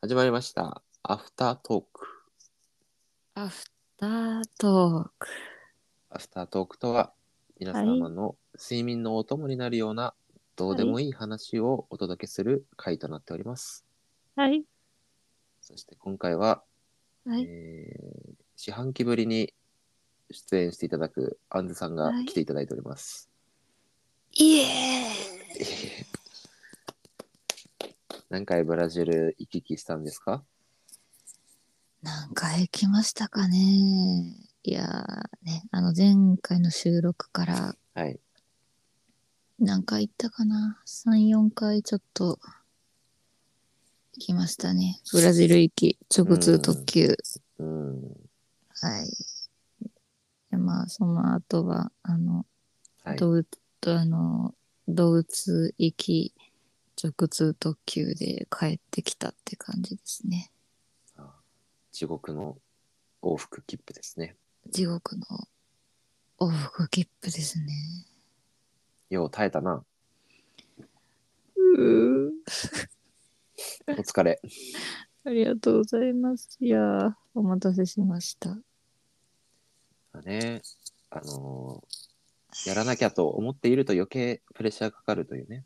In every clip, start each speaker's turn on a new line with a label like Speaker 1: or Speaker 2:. Speaker 1: 始まりました。アフタートーク。
Speaker 2: アフタートーク。
Speaker 1: アフタートークとは、皆様の睡眠のお供になるような、どうでもいい話をお届けする回となっております。
Speaker 2: はい。
Speaker 1: そして今回は、
Speaker 2: はい
Speaker 1: えー四半期ぶりに出演していただくアンズさんが来ていただいております。
Speaker 2: イエーイ
Speaker 1: 何回ブラジル行き来したんですか
Speaker 2: 何回来ましたかねいやーね、あの前回の収録から
Speaker 1: はい。
Speaker 2: 何回行ったかな ?3、4回ちょっと行きましたね。ブラジル行き、直通特急。
Speaker 1: うん。
Speaker 2: はい。でまあ、その後は、あの、
Speaker 1: はい。
Speaker 2: ドウあの、ドウツ行き、直通特急で帰ってきたって感じですね。
Speaker 1: 地獄の往復切符ですね。
Speaker 2: 地獄の往復切符ですね。
Speaker 1: よう耐えたな。お疲れ。
Speaker 2: ありがとうございます。いやー、お待たせしました。
Speaker 1: だね。あのーやらなきゃと思っていると余計プレッシャーかかるというね、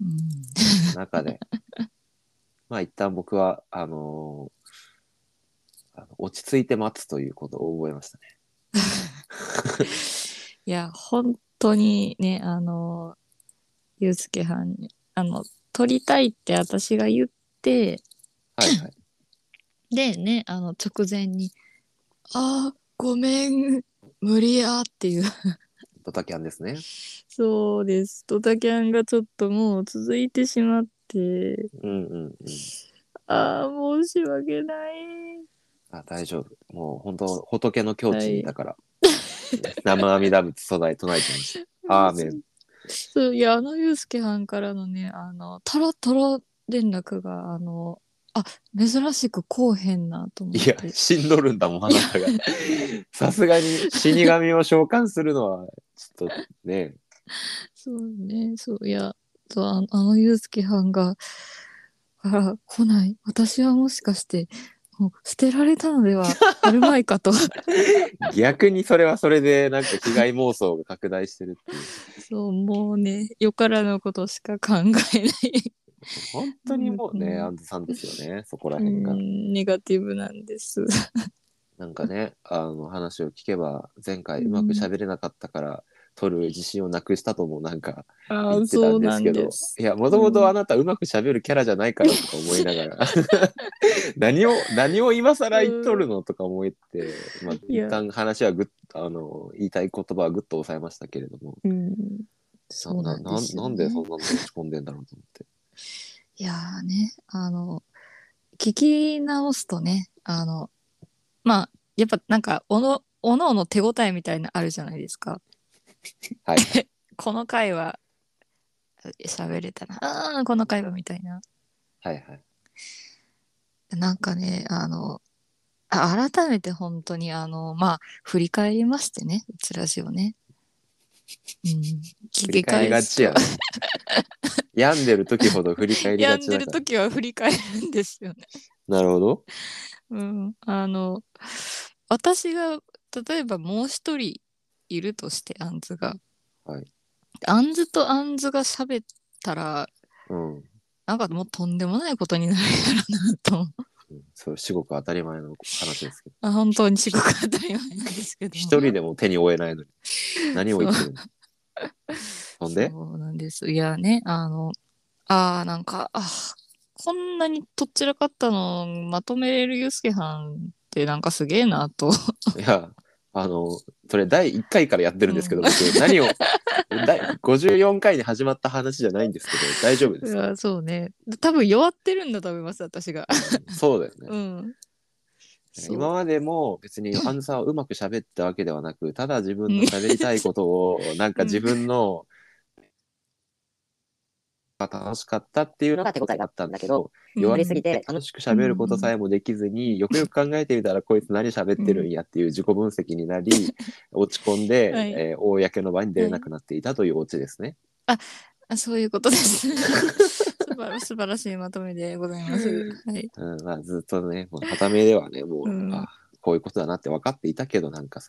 Speaker 2: うん、
Speaker 1: 中 で。まあ一旦僕は、あのーあの落ち着いて待つということを覚えましたね。
Speaker 2: いや、本当にね、あの、ゆうすけはんに、あの、撮りたいって私が言って、
Speaker 1: はいはい。
Speaker 2: でね、あの、直前に、あー、ごめん、無理やっていう
Speaker 1: ドタキャンですね。
Speaker 2: そうです。ドタキャンがちょっともう続いてしまって、
Speaker 1: うんうんうん。
Speaker 2: ああ、申し訳ない。
Speaker 1: あ大丈夫。もう本当仏の境地にいたから。生阿弥陀仏唱え唱えてま した。アーメン。
Speaker 2: そういや、あの、ゆうすけはんからのね、あの、タラタラ連絡が、あの、あ、珍しくこうへんなと思っ
Speaker 1: いや、
Speaker 2: て。
Speaker 1: しんどるんだもん、あなたが。さすがに死神を召喚するのは、ちょっとね、
Speaker 2: そうね、そう、いや、そうああのゆうすけはんが、から来ない。私はもしかして、もう捨てられたので はあるまいかと。
Speaker 1: 逆にそれはそれでなんか被害妄想が拡大してるっていう
Speaker 2: そう、もうね、よからぬことしか考えない。
Speaker 1: 本当にもうね、
Speaker 2: うん
Speaker 1: アンズさんです よねそこら
Speaker 2: う
Speaker 1: 辺が、
Speaker 2: んネガティブなんです。
Speaker 1: なんかねあの話を聞けば前回うまく喋れなかったから、撮る自信をなくしたともなんか
Speaker 2: あ
Speaker 1: 言ってたんですけどいやもともとあなたうまく喋るキャラじゃないからとか思いながら 何を何を今更言っとるのとか思って、まあ、
Speaker 2: いや
Speaker 1: 一旦話はぐっあの言いたい言葉はぐっと抑えましたけれども
Speaker 2: うん。そうなん
Speaker 1: な
Speaker 2: ですよ
Speaker 1: な
Speaker 2: ね
Speaker 1: んでそんなの落ち込んでんだろうと思って。
Speaker 2: いやーね、あの、聞き直すとね、あの、まあ、やっぱなんか、おの、おのおの手応えみたいなのあるじゃないですか。
Speaker 1: はい。
Speaker 2: この回は、喋れたな。あーこの回はみたいな。
Speaker 1: はいはい。
Speaker 2: なんかね、あの、あ改めて本当にあの、まあ、振り返りましてね、うちらしをね。うん。聞
Speaker 1: 振り返りがちやね。病んでる時ほど振り返りが
Speaker 2: 病ん
Speaker 1: ちだ
Speaker 2: で
Speaker 1: か
Speaker 2: る
Speaker 1: ら。
Speaker 2: 時は振り返るんですよね。
Speaker 1: なるほど。
Speaker 2: うん。あの、私が、例えばもう一人いるとして、アンズが。
Speaker 1: はい。
Speaker 2: アンズとアンズが喋ったら、
Speaker 1: うん。
Speaker 2: なんかもうとんでもないことになるやろなと思う。
Speaker 1: そう、至極当たり前の話ですけど。
Speaker 2: あ本当にすごく当たり前なんですけども。
Speaker 1: 一人でも手に負えないのに。何を言ってるのほんで
Speaker 2: そうなんです。いやね、あの、ああ、なんか、あーこんなにとっちらかったのまとめれるユースケはんってなんかすげえなと。
Speaker 1: いや、あの、それ第1回からやってるんですけど、僕、何を、第54回に始まった話じゃないんですけど、大丈夫で
Speaker 2: い
Speaker 1: すか
Speaker 2: や、そうね。多分弱ってるんだと思います、私が。
Speaker 1: そうだよね。
Speaker 2: うん。そう
Speaker 1: 今までも別 にアンさんをうまく喋ったわけではなく、ただ自分の喋りたいことを、なんか自分の、が楽しかったっていうのが手応えがあったんだけど、弱
Speaker 3: り
Speaker 1: り
Speaker 3: す
Speaker 1: すぎ
Speaker 3: ぎ
Speaker 1: て
Speaker 3: て
Speaker 1: 楽しく喋ることさえもできずに、よくよく考えてみたらこいつ何喋ってるんやっていう自己分析になり、落ち込んで、
Speaker 2: はい
Speaker 1: えー公の場に出れなくなっていたというオチですね。
Speaker 2: あそういうこ とです。素晴ら素晴らしいまとめでございます。はい。
Speaker 1: うんまあ、ずっとね、もう、はためではね、もう、
Speaker 2: うん
Speaker 1: あこういうことだなって分かっていたけど、なん かさ、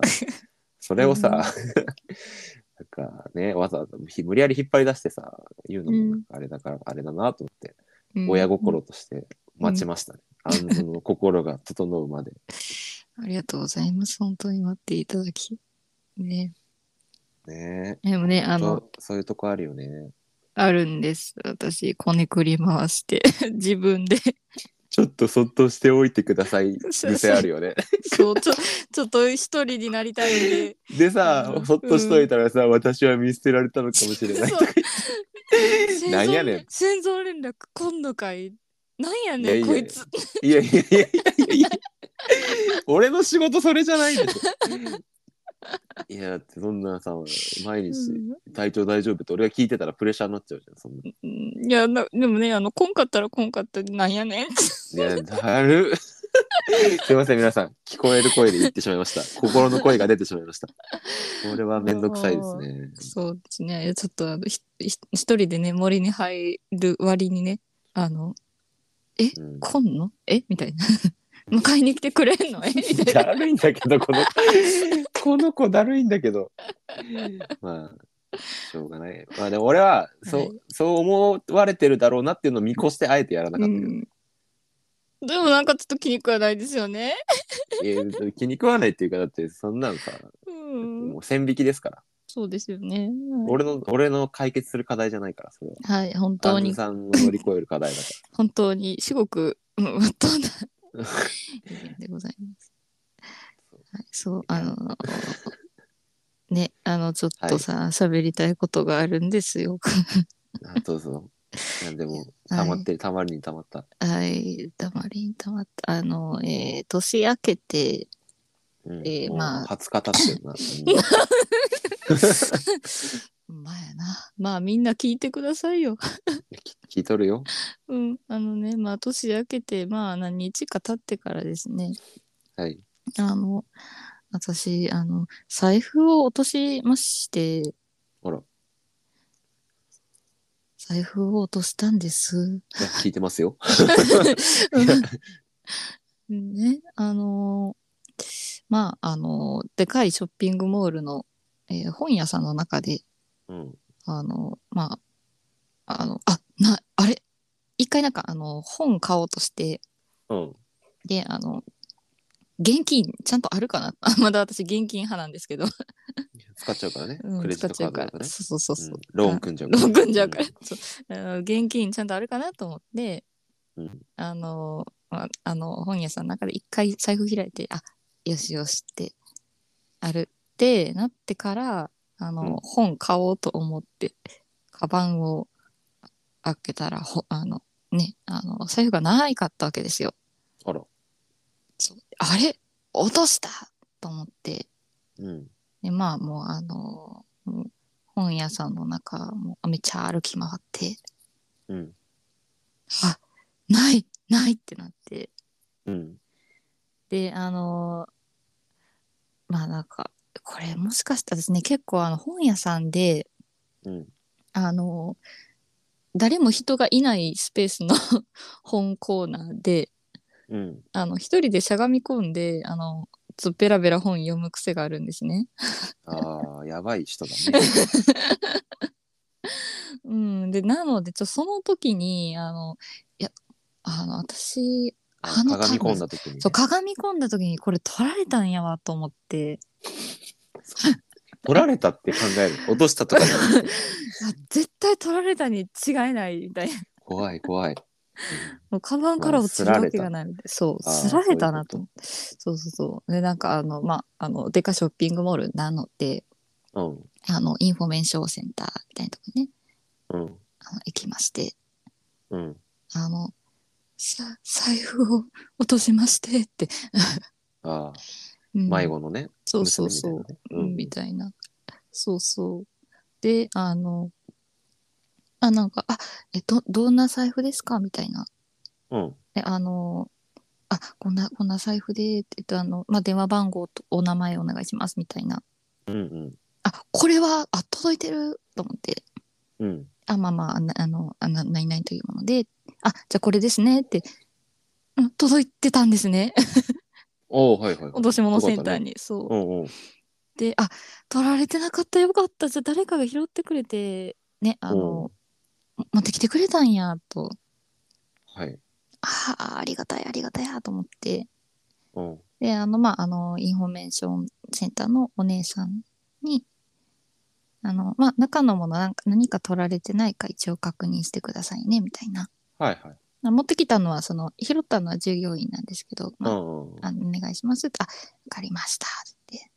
Speaker 1: それをさ、
Speaker 2: うん
Speaker 1: なんかね、わざわざひ無理やり引っ張り出してさ、言うのもなんかあれだから、あれだなと思って、
Speaker 2: うん
Speaker 1: 親心として待ちましたね。安全の心が整うまで。
Speaker 2: ありがとうございます。本当に待っていただき。ね。
Speaker 1: ね
Speaker 2: でもね、あの、
Speaker 1: そうそういうとこあるよね。
Speaker 2: あるんです。私、こねくり回して、 自分で。
Speaker 1: ちょっとそっとしておいてください
Speaker 2: そう
Speaker 1: 癖あるよね。
Speaker 2: そう、ちょ、ちょっと一人になりたいんで。
Speaker 1: でさ、
Speaker 2: うん
Speaker 1: そっとしといたらさ、私は見捨てられたのかもしれないとか言って
Speaker 2: そ う
Speaker 1: なんやねん
Speaker 2: 心臓連絡今度かい。なんや
Speaker 1: いやい
Speaker 2: ね
Speaker 1: や
Speaker 2: ん、こいつ。
Speaker 1: いやいやいやいやいや俺の仕事それじゃないでしょ。 いやだってそんなさ毎日
Speaker 2: うん
Speaker 1: 体調大丈夫って俺が聞いてたらプレッシャーになっちゃうじゃんそんな。
Speaker 2: いやなでもねあのこんかったらこんかったでなんやねん
Speaker 1: いやだ るすいません皆さん聞こえる声で言ってしまいました心の声が出てしまいました。これはめんどくさいですね。
Speaker 2: そうですねちょっとあのひひ一人でね森に入る割にねあの
Speaker 1: うん
Speaker 2: 「こんのえみたいな 「迎えに来てくれん のえみたいな
Speaker 1: だるいんだけどこ のこの子だるいんだけどまあしょうがないまあでも俺はそう、
Speaker 2: はい
Speaker 1: そう思われてるだろうなっていうのを見越してあえてやらなか
Speaker 2: う
Speaker 1: ったけど、
Speaker 2: んでもなんかちょっと気に食わないですよね。
Speaker 1: いや別に気に食わないっていうかだってそんなのさ、
Speaker 2: うん
Speaker 1: も、う線引きですから、
Speaker 2: そうですよね。
Speaker 1: 俺の俺の解決する課題じゃないからそれは
Speaker 2: はい、本当
Speaker 1: 安
Speaker 2: に
Speaker 1: 住さんを乗り越える課題だか
Speaker 2: 本当に至極うんまっとうな意見でござい ます。はい、そうあのねあのちょっとさ喋、りたいことがあるんですよ。
Speaker 1: らあどうぞなんでも溜まってる溜まるに溜まった
Speaker 2: はいたまりにたまったあの、えー年明けて
Speaker 1: うん
Speaker 2: えー
Speaker 1: もう
Speaker 2: まあ
Speaker 1: 20日経ってるな、
Speaker 2: まあやなまあみんな聞いてくださいよ。
Speaker 1: 聞いとるよ
Speaker 2: うんあのねまあ年明けてまあ何日か経ってからですね
Speaker 1: はい
Speaker 2: あの私あの財布を落としまして。
Speaker 1: ほらい
Speaker 2: 財布を落としたんです。
Speaker 1: や聞いてますよ
Speaker 2: ね、あのーまあ、あのーでかいショッピングモールの、えー本屋さんの中で、
Speaker 1: うん
Speaker 2: あのーまあ、あの、あ、な、あれ一回なんか、あのー本買おうとして、
Speaker 1: うん
Speaker 2: で、あの現金ちゃんとあるかな あまだ私現金派なんですけど、
Speaker 1: 使っちゃうからね、
Speaker 2: うん
Speaker 1: クレジ
Speaker 2: 使
Speaker 1: ッ
Speaker 2: っ
Speaker 1: ト
Speaker 2: ち
Speaker 1: カード
Speaker 2: ゃうか
Speaker 1: だと
Speaker 2: ら
Speaker 1: ね、
Speaker 2: そうそうそうう、
Speaker 1: んローン組んじゃう
Speaker 2: ローン組んじゃうから、そうあの現金ちゃんとあるかなと思って、
Speaker 1: うん
Speaker 2: あの、まあの本屋さんの中で一回財布開いてあよしよしってあるってなってからあの、
Speaker 1: うん
Speaker 2: 本買おうと思ってカバンを開けたらほあのねあの財布がないかったわけですよ。
Speaker 1: あら
Speaker 2: そうあれ落としたと思って
Speaker 1: うん
Speaker 2: でまあもうあのもう本屋さんの中もうめっちゃ歩き回って
Speaker 1: うん
Speaker 2: あないないってなって
Speaker 1: うん
Speaker 2: であのーまあなんかこれもしかしたらですね結構あの本屋さんで
Speaker 1: うん
Speaker 2: あのー誰も人がいないスペースの 本コーナーで
Speaker 1: うん
Speaker 2: あの一人でしゃがみ込んであのちょっとベラベラ本読む癖があるんですね。
Speaker 1: ああやばい人だね
Speaker 2: うん、でなのでちょその時にあのいやあの私
Speaker 1: あ
Speaker 2: あ
Speaker 1: の
Speaker 2: の
Speaker 1: 鏡込んだ時にね、
Speaker 2: そう鏡込んだ時にこれ取られたんやわと思って
Speaker 1: 取られたって考える落としたとかじゃ なくて
Speaker 2: あ絶対取られたに違いないみたいな
Speaker 1: 怖い怖い
Speaker 2: もうカバンから落ちるわけがないみたいな。そう、
Speaker 1: あー
Speaker 2: すられたなと思って。そうそうそう。で、なんかあの、まあ、あの、デカショッピングモールなので、
Speaker 1: うん
Speaker 2: あの、インフォメーションセンターみたいなとこにね、
Speaker 1: うん
Speaker 2: あの行きまして、
Speaker 1: うん
Speaker 2: あの、さ、財布を落としましてって。
Speaker 1: ああ
Speaker 2: うん
Speaker 1: 迷子のね、
Speaker 2: そうそうそう。
Speaker 1: 娘み
Speaker 2: みたいな。そうそう。で、あの、あ、なんか、あ、え、ど、どんな財布ですかみたいな。
Speaker 1: たいなね
Speaker 2: であのあこんなこんな財布で、えっとあのまあ、電話番号とお名前お願いしますみたいな
Speaker 1: うんうん
Speaker 2: あこれはあ届いてると思って
Speaker 1: うんうん
Speaker 2: あ、まあまあ、あなあの、あな何々というもので、あ、じゃあこれですねって、うん届いてたんですね。
Speaker 1: おおはいはい、はい。
Speaker 2: 落とし物センターに。そう。
Speaker 1: うんうん。
Speaker 2: で、あ、取られてなかった、よかった。じゃあ誰かが拾ってくれて、ね、あの、持ってきてくれたんや、と。
Speaker 1: はい。
Speaker 2: ああ、ありがたい、ありがたいや、と思って。
Speaker 1: うん。
Speaker 2: で、あの、まあ、あの、インフォメーションセンターのお姉さんに、あの、まあ、中のものなんか何か取られてないか一応確認してくださいね、みたいな。
Speaker 1: はいはい。
Speaker 2: まあ持ってきたのは、その、拾ったのは従業員なんですけど、
Speaker 1: う
Speaker 2: まあ、
Speaker 1: んうん。
Speaker 2: あのお願いしますって、あ、わかりました、って。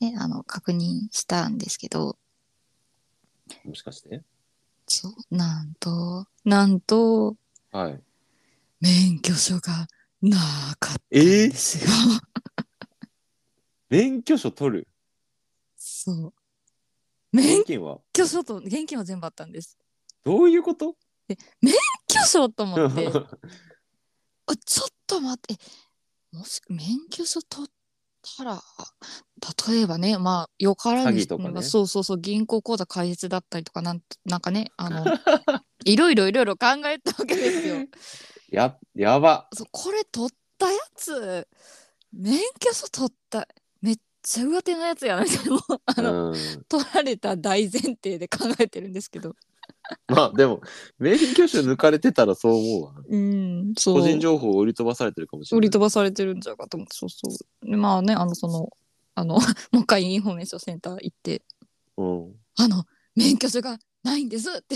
Speaker 2: で、あの、確認したんですけど、
Speaker 1: もしかして
Speaker 2: そう、なんと、なんと、
Speaker 1: はい。
Speaker 2: 免許証がなかったん
Speaker 1: えー
Speaker 2: ですよ。
Speaker 1: 免許証取る
Speaker 2: そう。免
Speaker 1: 意見は
Speaker 2: 許証と、現金は全部あったんです。
Speaker 1: どういうこと
Speaker 2: 免許証と思って
Speaker 1: う
Speaker 2: あちょっと待ってえもし免許証取ったら例えばねまあよからぬ
Speaker 1: 詐欺とかね
Speaker 2: そうそうそう銀行口座開設だったりとかなんなんかねあの いろいろいろいろ考えたわけです よ。
Speaker 1: や、やば。
Speaker 2: そうこれ取ったやつ免許証取っためっちゃ上手なやつやなみたいなもうあの、
Speaker 1: うん、
Speaker 2: 取られた大前提で考えてるんですけど
Speaker 1: まあでも、免許証抜かれてたらそう思うわ。
Speaker 2: うんそう
Speaker 1: 個人情報を売り飛ばされてるかもしれ
Speaker 2: 売
Speaker 1: な
Speaker 2: り
Speaker 1: い。
Speaker 2: 飛ばされてるんちゃうかと思ってそうそうでまあねあのそのあの もう一回インフォメーションセンター行って
Speaker 1: うん。
Speaker 2: 「あの免許証がないんです」って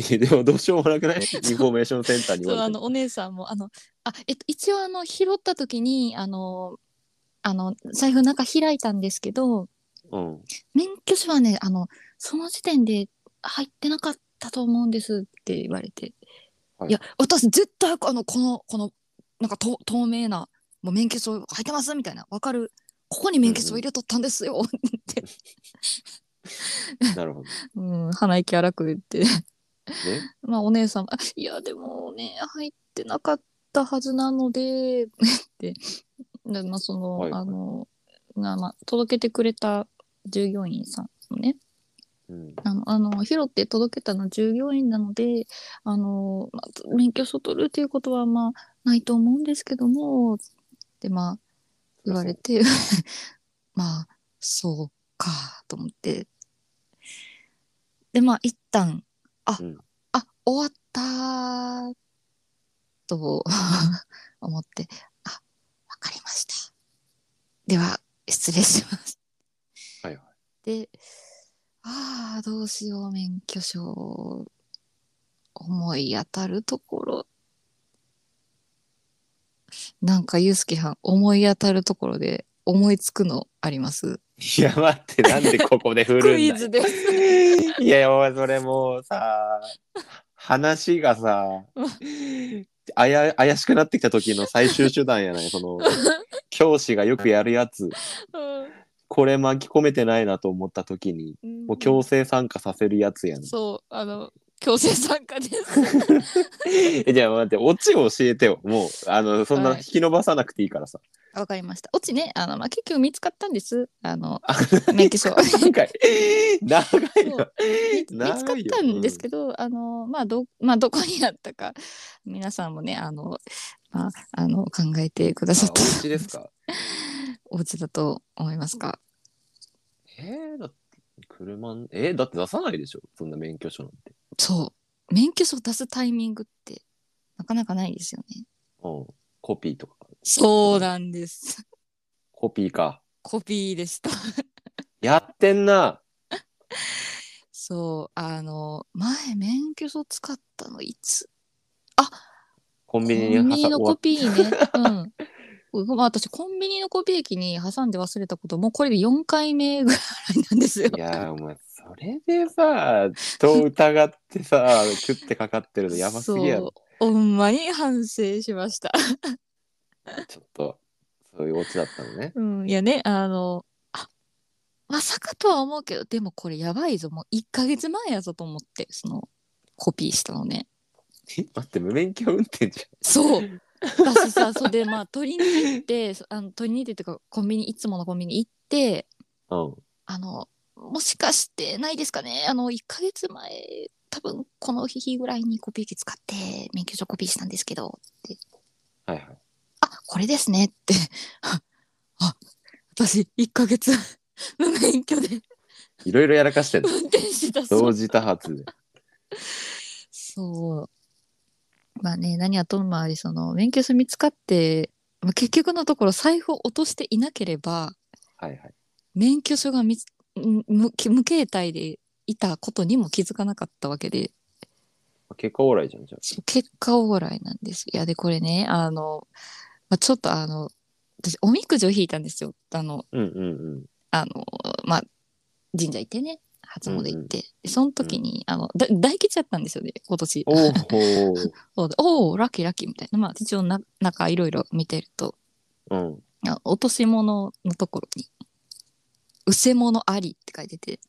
Speaker 1: いやでもどうしようもなく ないインフォメーションセンターに言
Speaker 2: そう
Speaker 1: わ
Speaker 2: あ
Speaker 1: れて
Speaker 2: のお姉さんもあのあ、えっと、一応あの拾った時にあのあの財布の中開いたんですけど
Speaker 1: うん。
Speaker 2: 免許証はねあのその時点で入ってなかったと思うんですって言われて、
Speaker 1: はい
Speaker 2: い、や私絶対あのこのこのなんかと透明なもう免許証入ってますみたいなわかるここに免許証入れとったんですよ、
Speaker 1: なるほど。
Speaker 2: うん、 鼻息荒く言って。
Speaker 1: ね。
Speaker 2: まあ、お姉さんも、あいや、でもね、入ってなかったはずなので、って。で、まあ、その、
Speaker 1: はいはい
Speaker 2: あの、まあまあ、届けてくれた従業員さんのね、
Speaker 1: うん。
Speaker 2: あの、あの拾って届けたの従業員なので、あの、まあ、免許証取るっていうことは、まあ、ないと思うんですけども、って、まあ、言われて、 まあ、そうか、と思って。で、まあ、一旦、あ、
Speaker 1: うん
Speaker 2: あ、終わったーと 思って、あ、わかりました。では、失礼します。
Speaker 1: はいはい
Speaker 2: で、ああ、どうしよう、免許証、思い当たるところ、なんか、ゆうすけはん、思い当たるところで、思いつくのあります
Speaker 1: いや、待って、なんでここで振るんだよ
Speaker 2: クイズです。
Speaker 1: いや、お前それもうさ、話がさ、あや怪しくなってきた時の最終手段やない、そ の、教師がよくやるやつ、これ巻き込めてないなと思った時に、もう強制参加させるやつやん。
Speaker 2: そう、あの、強制参加です。
Speaker 1: えじゃあ待って、オチを教えてよ。もう、あの、そんな
Speaker 2: はい
Speaker 1: 引き伸ばさなくていいからさ。
Speaker 2: わかりました。オチね、あの、まあ、結局見つかったんです。あの、
Speaker 1: あ
Speaker 2: 免許 証。
Speaker 1: なんか、長い
Speaker 2: そ
Speaker 1: よ
Speaker 2: う。見つ見
Speaker 1: 長いよ
Speaker 2: つかったんですけど、あの、まあ、ど、まあ、どこにあったか、皆さんもね、あの、まあ、あの、考えてくださ
Speaker 1: あ
Speaker 2: っ
Speaker 1: お
Speaker 2: た
Speaker 1: 家ですか
Speaker 2: お家だと思いますか。
Speaker 1: えー、だって車んえーだって出さないでしょそんな免許証なんて。
Speaker 2: そう。免許証出すタイミングって、なかなかないですよね。
Speaker 1: うん。コピーとか。
Speaker 2: そうなんです。
Speaker 1: コピーか。
Speaker 2: コピーでした。
Speaker 1: やってんな。
Speaker 2: そう、あの、前免許証使ったのいつ
Speaker 1: コン
Speaker 2: コ
Speaker 1: ビニに
Speaker 2: ンビニのコ
Speaker 1: わ
Speaker 2: ピーね。うん。まあ、私、コンビニのコピー機に挟んで忘れたこと、もうこれで4回目ぐらいなんですよ。
Speaker 1: いやー、お前、それでさ、人を疑ってさ、キュッてかかってるのやばすぎ やろ。
Speaker 2: そう。ほんまに反省しま した。
Speaker 1: ちょっと、そういうオチだったのね。
Speaker 2: うん。いやね、あの、あまさかとは思うけど、でもこれやばいぞ。もう1ヶ月前やぞと思って、その、コピーしたのね。
Speaker 1: え待って、無免許運転じ
Speaker 2: そう。私さ、それでまあ、取りに行って、そあの取りに行ってっていうか、コンビニ、いつものコンビニ行って、
Speaker 1: ゃん。うん。
Speaker 2: あの、もしかしてないですかねあの1ヶ月前多分この日ぐらいにコピー機使って免許証コピーしたんですけど
Speaker 1: はいはい。
Speaker 2: あこれですねって あ私1ヶ月無免許で
Speaker 1: いろいろやらか してんの。
Speaker 2: 運転してたそ
Speaker 1: 同
Speaker 2: う
Speaker 1: 時多発で。
Speaker 2: そうまあね何はともありその免許証見つかって、まあ、結局のところ財布を落としていなければ
Speaker 1: はいはい。
Speaker 2: 免許証がみつん無無形態でいたことにも気づかなかったわけで
Speaker 1: 結果オーライじゃん、じゃ
Speaker 2: そう結果オーライなんです。いやでこれねあの、まあ、ちょっとあの私おみくじを引いたんですよあの
Speaker 1: あ。うんうん
Speaker 2: あのまあ神社行ってね初詣行って、でその時に、あのだ大吉だったんですよね今年
Speaker 1: うん。おーほー。
Speaker 2: そうでおおラッキーラッキーみたいなまあ一応な中いろいろ見てると
Speaker 1: うん。
Speaker 2: あ落とし物のところに「うせ物あり」って書いてて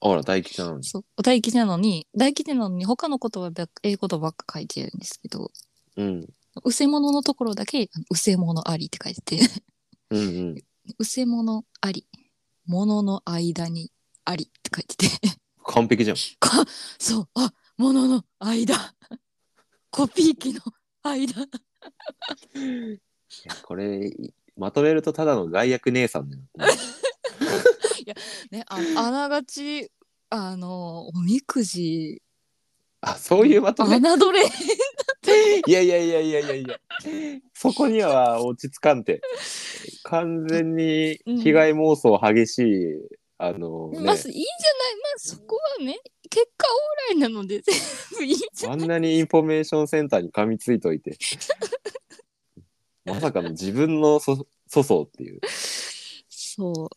Speaker 1: あら、大吉なのに。
Speaker 2: そう大吉なのに大吉なのに他の言葉ばっ英語とばっか書いてるんですけど
Speaker 1: うん。
Speaker 2: 「うせ物」のところだけ「あのうせ物あり」って書いて て
Speaker 1: うんうん。
Speaker 2: 「うせ物あり」「物の間にあり」って書いてて。
Speaker 1: 完璧じゃん。
Speaker 2: かそうあものの間コピー機の間
Speaker 1: いやこれ、いまとめるとただの害悪姉さんだよ。
Speaker 2: ねああながちあのおみくじ
Speaker 1: あ、そういうまとめ。
Speaker 2: 侮れ
Speaker 1: いやいやいやいやいやいや。そこには落ち着かんて。完全に被害妄想激しい、あの
Speaker 2: ま
Speaker 1: ね、
Speaker 2: ずいいじゃないまあそこはね結果オーライなので全部いいじゃ
Speaker 1: あんなにインフォメーションセンターに噛みついといて。まさかの自分のそ粗相っていう。
Speaker 2: んそう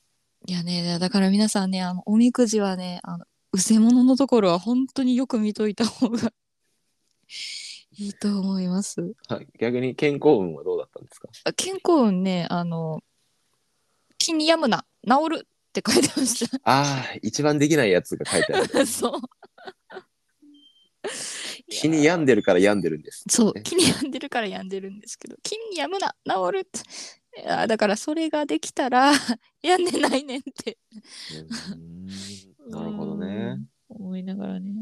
Speaker 2: いやねだから皆さんねあのおみくじはねあのうせもののところは本当によく見といた方がいいと思います
Speaker 1: はい逆に健康運はどうだったんですか
Speaker 2: あ健康運ねあの「気に病むな治る」って書いてまし
Speaker 1: ああ、一番できないやつが 書いてある。
Speaker 2: たそう
Speaker 1: 気に病んでるから病んでるんです。
Speaker 2: そう
Speaker 1: ね
Speaker 2: 気に病んでるから病んでるんですけど「気に病むな治る」っていやだからそれができたら 病んでないねんって
Speaker 1: うーんなるほどね。
Speaker 2: うん思いながらね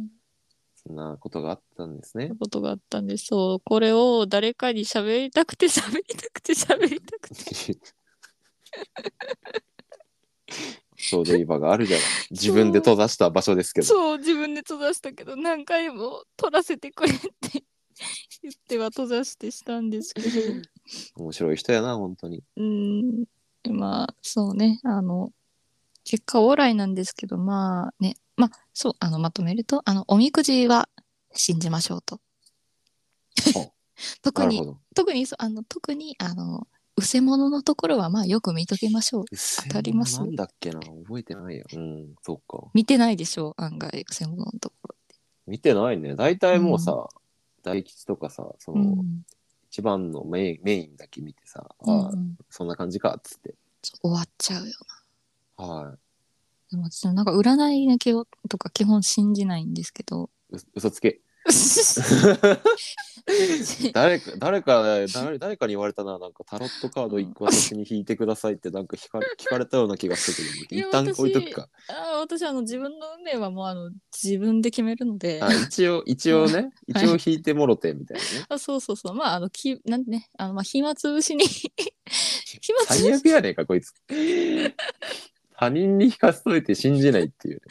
Speaker 1: そんなことがあったんですね。
Speaker 2: ことがあったんでそうこれを誰かに喋りたくて喋りたくて喋りたくて
Speaker 1: ちょうど今があるじゃない。自分で閉ざした場所ですけど。
Speaker 2: そう自分で閉ざしたけど何回も取らせてくれって言っては閉ざしてしたんですけど
Speaker 1: 面白い人やな、本当に。
Speaker 2: うんまあそうねあの結果オーライなんですけどまあねまあそうあのまとめるとあのおみくじは信じましょうと
Speaker 1: あ。
Speaker 2: 特
Speaker 1: なる
Speaker 2: に
Speaker 1: ほど。
Speaker 2: 特にそうあの特にあのうせ物のところはまあよく見とけましょう。当たります
Speaker 1: なんだっけな、覚えてないや。うん、そっか。
Speaker 2: 見てないでしょう案外うせ物のところ。
Speaker 1: 見てないね。大体もうさ、大吉とかさ、その、
Speaker 2: うん
Speaker 1: 一番のメインメインだけ見てさ、
Speaker 2: うん
Speaker 1: あ
Speaker 2: う
Speaker 1: ー
Speaker 2: ん
Speaker 1: そんな感じかっつって。
Speaker 2: そう終わっちゃうよ。
Speaker 1: は
Speaker 2: でも私なんか占いだけをとか基本信じないんですけ ど。
Speaker 1: い。う嘘つけ。誰か誰か誰誰かに言われたななんかタロットカード一個私に引いてくださいってなんか聞かれ聞かれたような気がするけ
Speaker 2: い
Speaker 1: ど
Speaker 2: や
Speaker 1: 一旦置いとくか、
Speaker 2: あー私あの自分の運命はもうあの自分で決めるので、
Speaker 1: はい、一応一応ね一応引いてもろてみたいなね
Speaker 2: あそうそうそうまああのきなんてねあのまあ暇つぶし に暇つ
Speaker 1: 最
Speaker 2: ぶし
Speaker 1: 悪やねんかこい つ他人に引かせといて信じない っていう、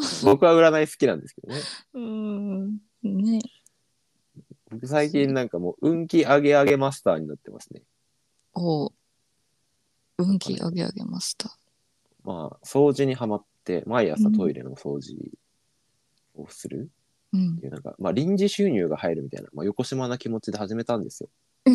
Speaker 1: ね、僕は占い好きなんですけどね
Speaker 2: うーんね
Speaker 1: 僕最近なんかもう運気上げ上げマスターになってますね
Speaker 2: おう運気上げ上げました
Speaker 1: まあ掃除にはまって毎朝トイレの掃除をする、
Speaker 2: うん
Speaker 1: っていうなんか、まあ、臨時収入が入るみたいな、まあ、横島な気持ちで始めたん ですよ。
Speaker 2: う
Speaker 1: あ
Speaker 2: ん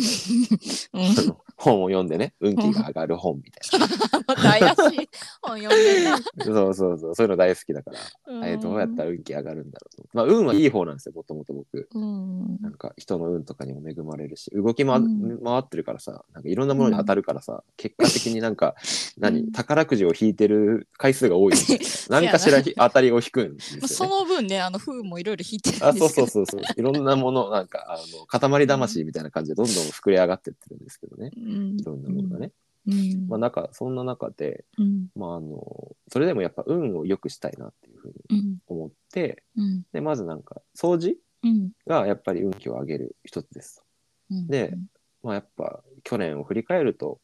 Speaker 1: の本を読んでね運気が上がる本みたい な。
Speaker 2: また怪しい本読んで な、
Speaker 1: そうそうそうそういうの大好きだから、
Speaker 2: うん
Speaker 1: えーどうやったら運気上がるんだろうと。まあ運はいい方なんですよもともと僕。
Speaker 2: うん
Speaker 1: なんか人の運とかにも恵まれるし動き、ま
Speaker 2: うん
Speaker 1: 回ってるからさなんかいろんなものに当たるからさ、結果的になん か
Speaker 2: うん
Speaker 1: 何宝くじを引いてる回数が多いみたい な何かしらひ当たりを引くんですよ、
Speaker 2: まあ
Speaker 1: ね。
Speaker 2: その分ねあの風もいろいろ引いてる
Speaker 1: あ
Speaker 2: ん
Speaker 1: そ
Speaker 2: で
Speaker 1: う
Speaker 2: すけ
Speaker 1: そう
Speaker 2: ど
Speaker 1: そうそういろんなものなんかあの塊魂みたいな感じでどんどん膨れ上がってってるんですけどね
Speaker 2: うん
Speaker 1: いろんなものがね、
Speaker 2: うん
Speaker 1: まあなんかそんな中で、
Speaker 2: うん
Speaker 1: まああの、それでもやっぱ運を良くしたいなっていうふうに
Speaker 2: うん
Speaker 1: 思って、
Speaker 2: うん
Speaker 1: で、まずなんか掃除
Speaker 2: うん
Speaker 1: がやっぱり運気を上げる一つです。
Speaker 2: うん
Speaker 1: でまあやっぱ去年を振り返ると、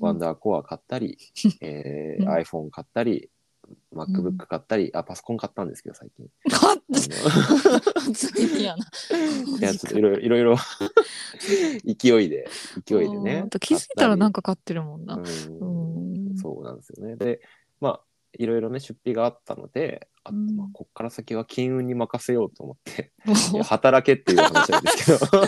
Speaker 1: ワンダーコア買った り、えー
Speaker 2: うん
Speaker 1: iPhone 買ったり、MacBook 買ったり、あ、パソコン買ったんですけど最近。
Speaker 2: かっ
Speaker 1: あの
Speaker 2: ついにやな。
Speaker 1: いやちょっといろいろいろいろ 勢いで、勢いで
Speaker 2: あー
Speaker 1: ね
Speaker 2: ほん。と気づいたらなん
Speaker 1: か、
Speaker 2: か買ってるもんな。う
Speaker 1: うん
Speaker 2: ん。
Speaker 1: そうなんですよね。で、まあ、いろいろね、出費があったので、あと
Speaker 2: うん
Speaker 1: まあ、こっから先は金運に任せようと思って、い
Speaker 2: も
Speaker 1: や働けっていう話なんですけ ど、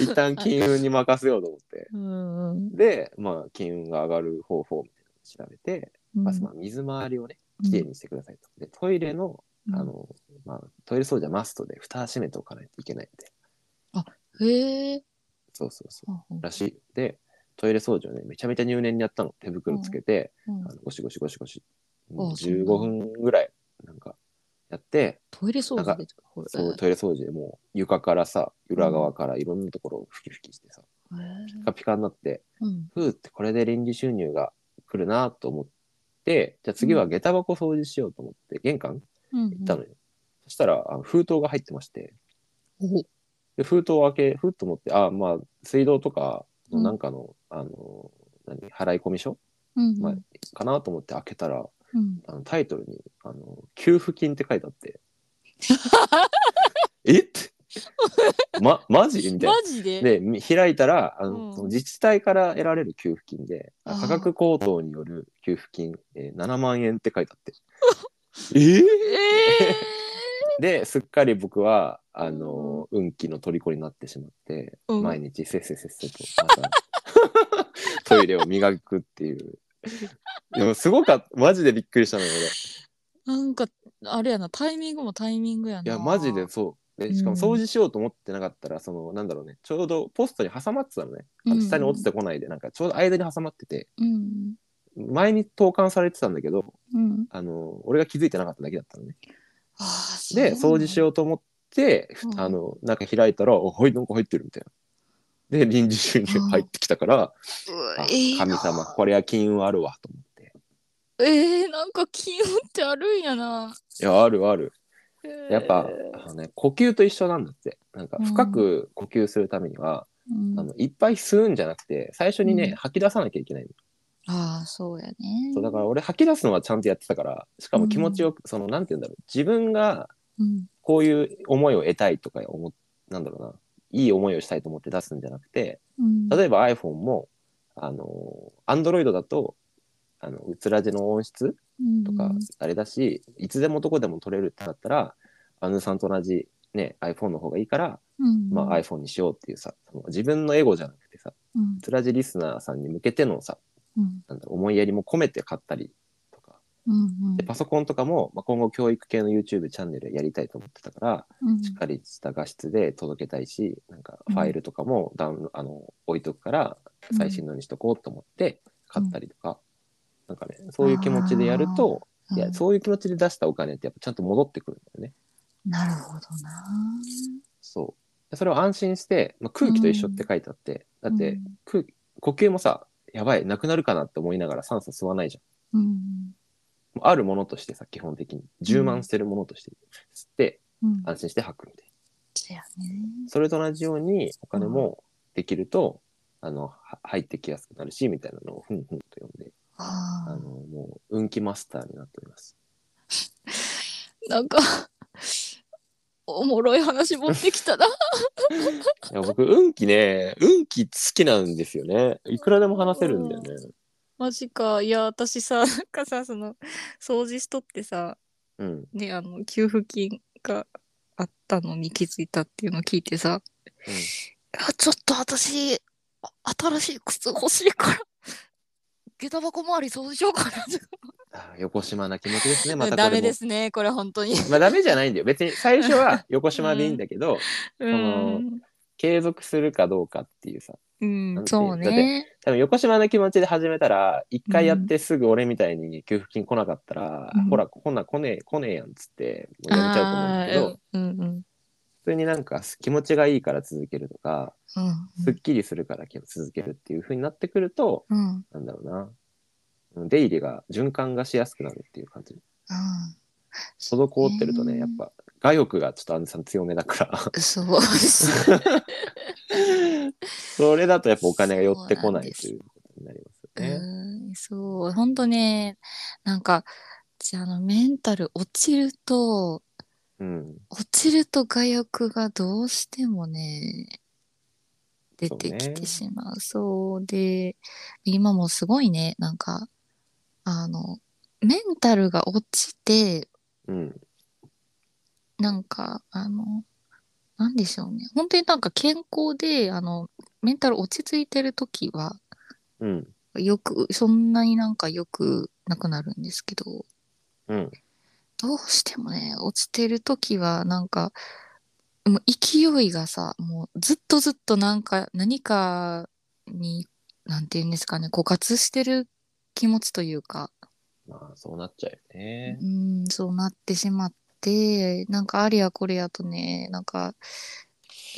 Speaker 1: 一旦金運に任せようと思って、
Speaker 2: ううん
Speaker 1: で、まあ、金運が上がる方法みたいなのを調べて、
Speaker 2: うん。
Speaker 1: まずまあ水回りをね、きれいにしてくださいと。で、トイレの、
Speaker 2: うん
Speaker 1: あ。の、まあ、トイレ掃除はマストで、蓋閉めておかないといけないんで、
Speaker 2: へえ。
Speaker 1: そうそうそう、
Speaker 2: ほうほう
Speaker 1: らしいよ。で、トイレ掃除をね、めちゃめちゃ入念にやったの、手袋つけて、
Speaker 2: うん
Speaker 1: あのゴシゴシゴシゴシ
Speaker 2: あそうなん
Speaker 1: 15
Speaker 2: だ
Speaker 1: 分ぐらいなんかやって
Speaker 2: トイレ掃除でとか。ほら
Speaker 1: そうトイレ掃除でもう床からさ裏側からいろんなところをふきふきしてさ
Speaker 2: へえ
Speaker 1: ピカピカになって
Speaker 2: うん
Speaker 1: ふうってこれで臨時収入が来るなと思ってじゃあ次は下駄箱掃除しようと思って玄関
Speaker 2: うん
Speaker 1: 行ったのよ、そしたらあの封筒が入ってまして
Speaker 2: おう
Speaker 1: で封筒を開けふっと思ってあまあ水道とかの
Speaker 2: うん
Speaker 1: なんかの、あの何払い込み書、
Speaker 2: うん
Speaker 1: まあ、かなと思って開けたら
Speaker 2: うん
Speaker 1: あのタイトルにあの「給付金」って書いてあって えってまマジみたいな
Speaker 2: マ。ジで
Speaker 1: でみ開いたらあの、
Speaker 2: うん
Speaker 1: その自治体から得られる給付金であ
Speaker 2: あー
Speaker 1: 価格高騰による給付金、えー7万円って書いてあってえー
Speaker 2: え
Speaker 1: ですっかり僕はあの運気の虜になってしまって、
Speaker 2: うん
Speaker 1: 毎日せっせせっせと またトイレを磨くっていうでもすごかったマジでびっくりしたのよ俺。
Speaker 2: ーなんかあれやなタイミングもタイミングやない
Speaker 1: やマジでそうでしかも掃除しようと思ってなかったら、そのなんだろうねちょうどポストに挟まってたのねあ
Speaker 2: う
Speaker 1: の
Speaker 2: ん
Speaker 1: 下に落ちてこないで、なんかちょうど間に挟まってて
Speaker 2: うん
Speaker 1: 前に投函されてたんだけど
Speaker 2: うん
Speaker 1: あの俺が気づいてなかっただけだったのね
Speaker 2: あーそう
Speaker 1: で掃除しようと思って、ふ
Speaker 2: うん
Speaker 1: あのなんか開いたら「おはいなんか入ってる」みたいなで臨時収入入ってきたから「あ
Speaker 2: うええな
Speaker 1: 神様これは金運あるわ」と思って
Speaker 2: えー、なんか金運ってあるんやな。
Speaker 1: いやあるあるやっぱ、
Speaker 2: えー
Speaker 1: あのね、呼吸と一緒なんだってなんか深く呼吸するためには、
Speaker 2: うん
Speaker 1: あのいっぱい吸うんじゃなくて最初にね、
Speaker 2: うん
Speaker 1: 吐き出さなきゃいけないの
Speaker 2: ああ、そうやね。
Speaker 1: そうだから俺吐き出すのはちゃんとやってたからしかも気持ちよく、そのなんて言うんだろう自分が
Speaker 2: うん、
Speaker 1: こういう思いを得たいとか思っなんだろうないい思いをしたいと思って出すんじゃなくて
Speaker 2: うん、
Speaker 1: 例えば iPhone もあの Android だとあのうつらじの音質
Speaker 2: うん
Speaker 1: とかあれだし、いつでもどこでも撮れるってなったらアンヌさんと同じ、ね、iPhone の方がいいから、
Speaker 2: うん
Speaker 1: まあ、iPhone にしようっていうさその自分のエゴじゃなくてさ
Speaker 2: うん
Speaker 1: つらじリスナーさんに向けてのさ
Speaker 2: うん
Speaker 1: なんだろう思いやりも込めて買ったりとか
Speaker 2: うん
Speaker 1: でパソコンとかも、まあ、今後教育系の YouTube チャンネルやりたいと思ってたからしっかりした画質で届けたいしなんかファイルとかもダウン、あの置いとくから最新のにしとこうと思って買ったりとか、なんかねそういう気持ちでやると
Speaker 2: うん
Speaker 1: いやそういう気持ちで出したお金ってやっぱちゃんと戻ってくるんだよね。
Speaker 2: なるほどな。
Speaker 1: そうでそれを安心して、まあ、空気と一緒って書いてあって、だって空呼吸もさやばいなくなるかなって思いながら酸素吸わないじゃん。
Speaker 2: うん、うん
Speaker 1: あるものとしてさ基本的に充満してるものとして吸って
Speaker 2: うん、
Speaker 1: 安心して吐くみたい
Speaker 2: そうやね。
Speaker 1: なそれと同じようにお金もできると、あのは入ってきやすくなるしみたいなのをふんふんと呼んであ
Speaker 2: あ
Speaker 1: のもう運気マスターになっております
Speaker 2: ーなんかおもろい話持ってきたな。
Speaker 1: いや僕運気ね運気好きなんですよねいくらでも話せるんだよね
Speaker 2: マジか。いや、私さ、なんかさ、その掃除しとってさ、
Speaker 1: うん
Speaker 2: ね、あの給付金があったのに気づいたっていうのを聞いてさ、あちょっと私、あ新しい靴欲しいから、下駄箱周り掃除しようかな。
Speaker 1: あ横島な気持ちですねまたこれも
Speaker 2: ダメですね、これ本当に。
Speaker 1: まあダメじゃないんだよ別に最初 は横島でいいんだけど、
Speaker 2: う
Speaker 1: の
Speaker 2: ん、
Speaker 1: 継続するかどうかっていうさ
Speaker 2: うん
Speaker 1: なんて
Speaker 2: そうね。
Speaker 1: 多分横島の気持ちで始めたら一回やってすぐ俺みたいに給付金来なかったら、
Speaker 2: うん
Speaker 1: ほらこんなん来ねえ来ねえやんっつってもうやめちゃうと思うん
Speaker 2: あ
Speaker 1: だけ
Speaker 2: あ
Speaker 1: ど、
Speaker 2: ー、うんうん
Speaker 1: 通になんか気持ちがいいから続けるとか、
Speaker 2: うん
Speaker 1: すっきりするから続けるっていう風になってくると、
Speaker 2: うん
Speaker 1: なんだろうな。うん出入りが、循環がしやすくなるっていう感じ。
Speaker 2: う
Speaker 1: 滞ってると
Speaker 2: う
Speaker 1: ね、
Speaker 2: ん
Speaker 1: やっぱ、我欲がちょっとアンジュさん強めだから。
Speaker 2: んそうです
Speaker 1: それだとやっぱお金が寄ってこないということになりますよね。
Speaker 2: うんそう本当ねなんかじゃああのメンタル落ちると
Speaker 1: うん。
Speaker 2: 落ちると我欲がどうしてもね出てきてしまうそう,、で今もすごいねなんかあのメンタルが落ちて
Speaker 1: うん。
Speaker 2: なんかあのなんでしょうね本当になんか健康であのメンタル落ち着いてる時は
Speaker 1: うん。
Speaker 2: よくそんなになんかよくなくなるんですけど
Speaker 1: うん。
Speaker 2: どうしてもね落ちてる時はなんかもう勢いがさもうずっとずっとなんか何かになんて言うんですかね枯渇してる気持ちというか、
Speaker 1: まあ、そうなっちゃうよね。
Speaker 2: うんそうなってしまってなんかあれやこれやとねなんか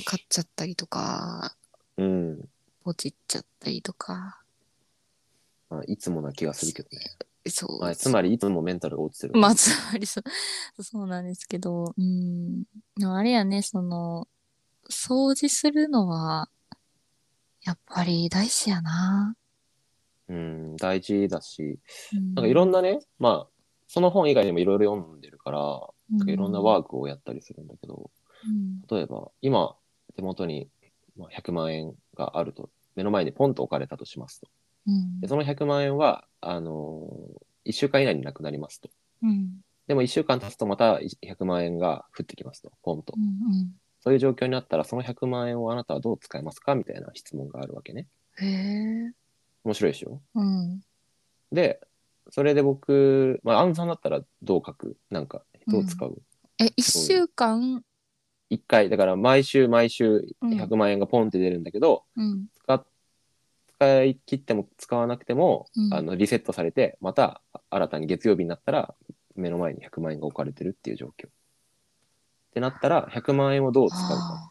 Speaker 2: 買っちゃったりとか
Speaker 1: うん。
Speaker 2: ポチっちゃったりとか
Speaker 1: まあ、いつもな気がするけどね。
Speaker 2: そう、
Speaker 1: まあ、つまり、いつもメンタルが落ちてる。
Speaker 2: まあ、つまりそう、 そうなんですけど、うん。でもあれやね、その、掃除するのは、やっぱり大事やな。
Speaker 1: うん、大事だし、
Speaker 2: な
Speaker 1: なんかいろ
Speaker 2: ん
Speaker 1: んなね、まあ、その本以外にもいろいろ読んでるから、なん
Speaker 2: な
Speaker 1: かいろんなワークをやったりするんだけど、
Speaker 2: うん
Speaker 1: 例えば、今、手元にまあ100万円があると、目の前にポンと置かれたとしますと。
Speaker 2: うん
Speaker 1: で、その100万円は、あのー、1週間以内になくなりますと。
Speaker 2: うん
Speaker 1: でも1週間経つとまた100万円が降ってきますと、ポンと
Speaker 2: う。ん
Speaker 1: そういう状況になったら、その100万円をあなたはどう使いますかみたいな質問があるわけね。
Speaker 2: うん。へえ。
Speaker 1: 面白いでしょ
Speaker 2: うん。
Speaker 1: で、それで僕、まあ、アンさんだったらどう書くなんか、どう使う、
Speaker 2: え、一週間、
Speaker 1: 一回、だから毎週毎週
Speaker 2: うん
Speaker 1: 100万円がポンって出るんだけど、
Speaker 2: うん。
Speaker 1: 使っ使い切っても使わなくても、
Speaker 2: うん
Speaker 1: あのリセットされて、また新たに月曜日になったら、目の前に100万円が置かれてるっていう状況。ってなったら、100万円をどう使うかっ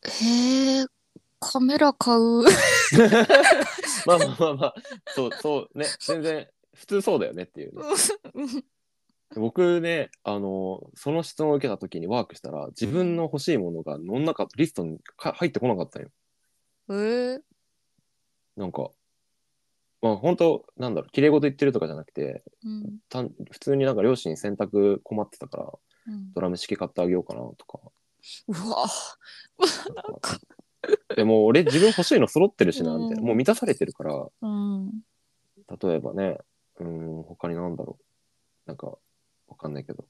Speaker 1: て。
Speaker 2: へえ、カメラ買う。
Speaker 1: まあまあまあまあ、そう、そうね、全然、普通そうだよねっていうね。僕ね、あの、その質問を受けた時にワークしたら、自分の欲しいものがのんなかリストにか入ってこなかったよ。
Speaker 2: え
Speaker 1: なんか、まあ本当なんだろう、綺麗事言ってるとかじゃなくて、
Speaker 2: うん。
Speaker 1: 単普通になんか両親洗濯困ってたから、
Speaker 2: うん
Speaker 1: ドラム式買ってあげようかなとか。
Speaker 2: うわ
Speaker 1: なん
Speaker 2: か
Speaker 1: でも俺自分欲しいの揃ってるしな、みたいな。
Speaker 2: うん
Speaker 1: もう満たされてるから、
Speaker 2: うん。
Speaker 1: 例えばね、うん、他になんだろう。なんか、わかんないけど。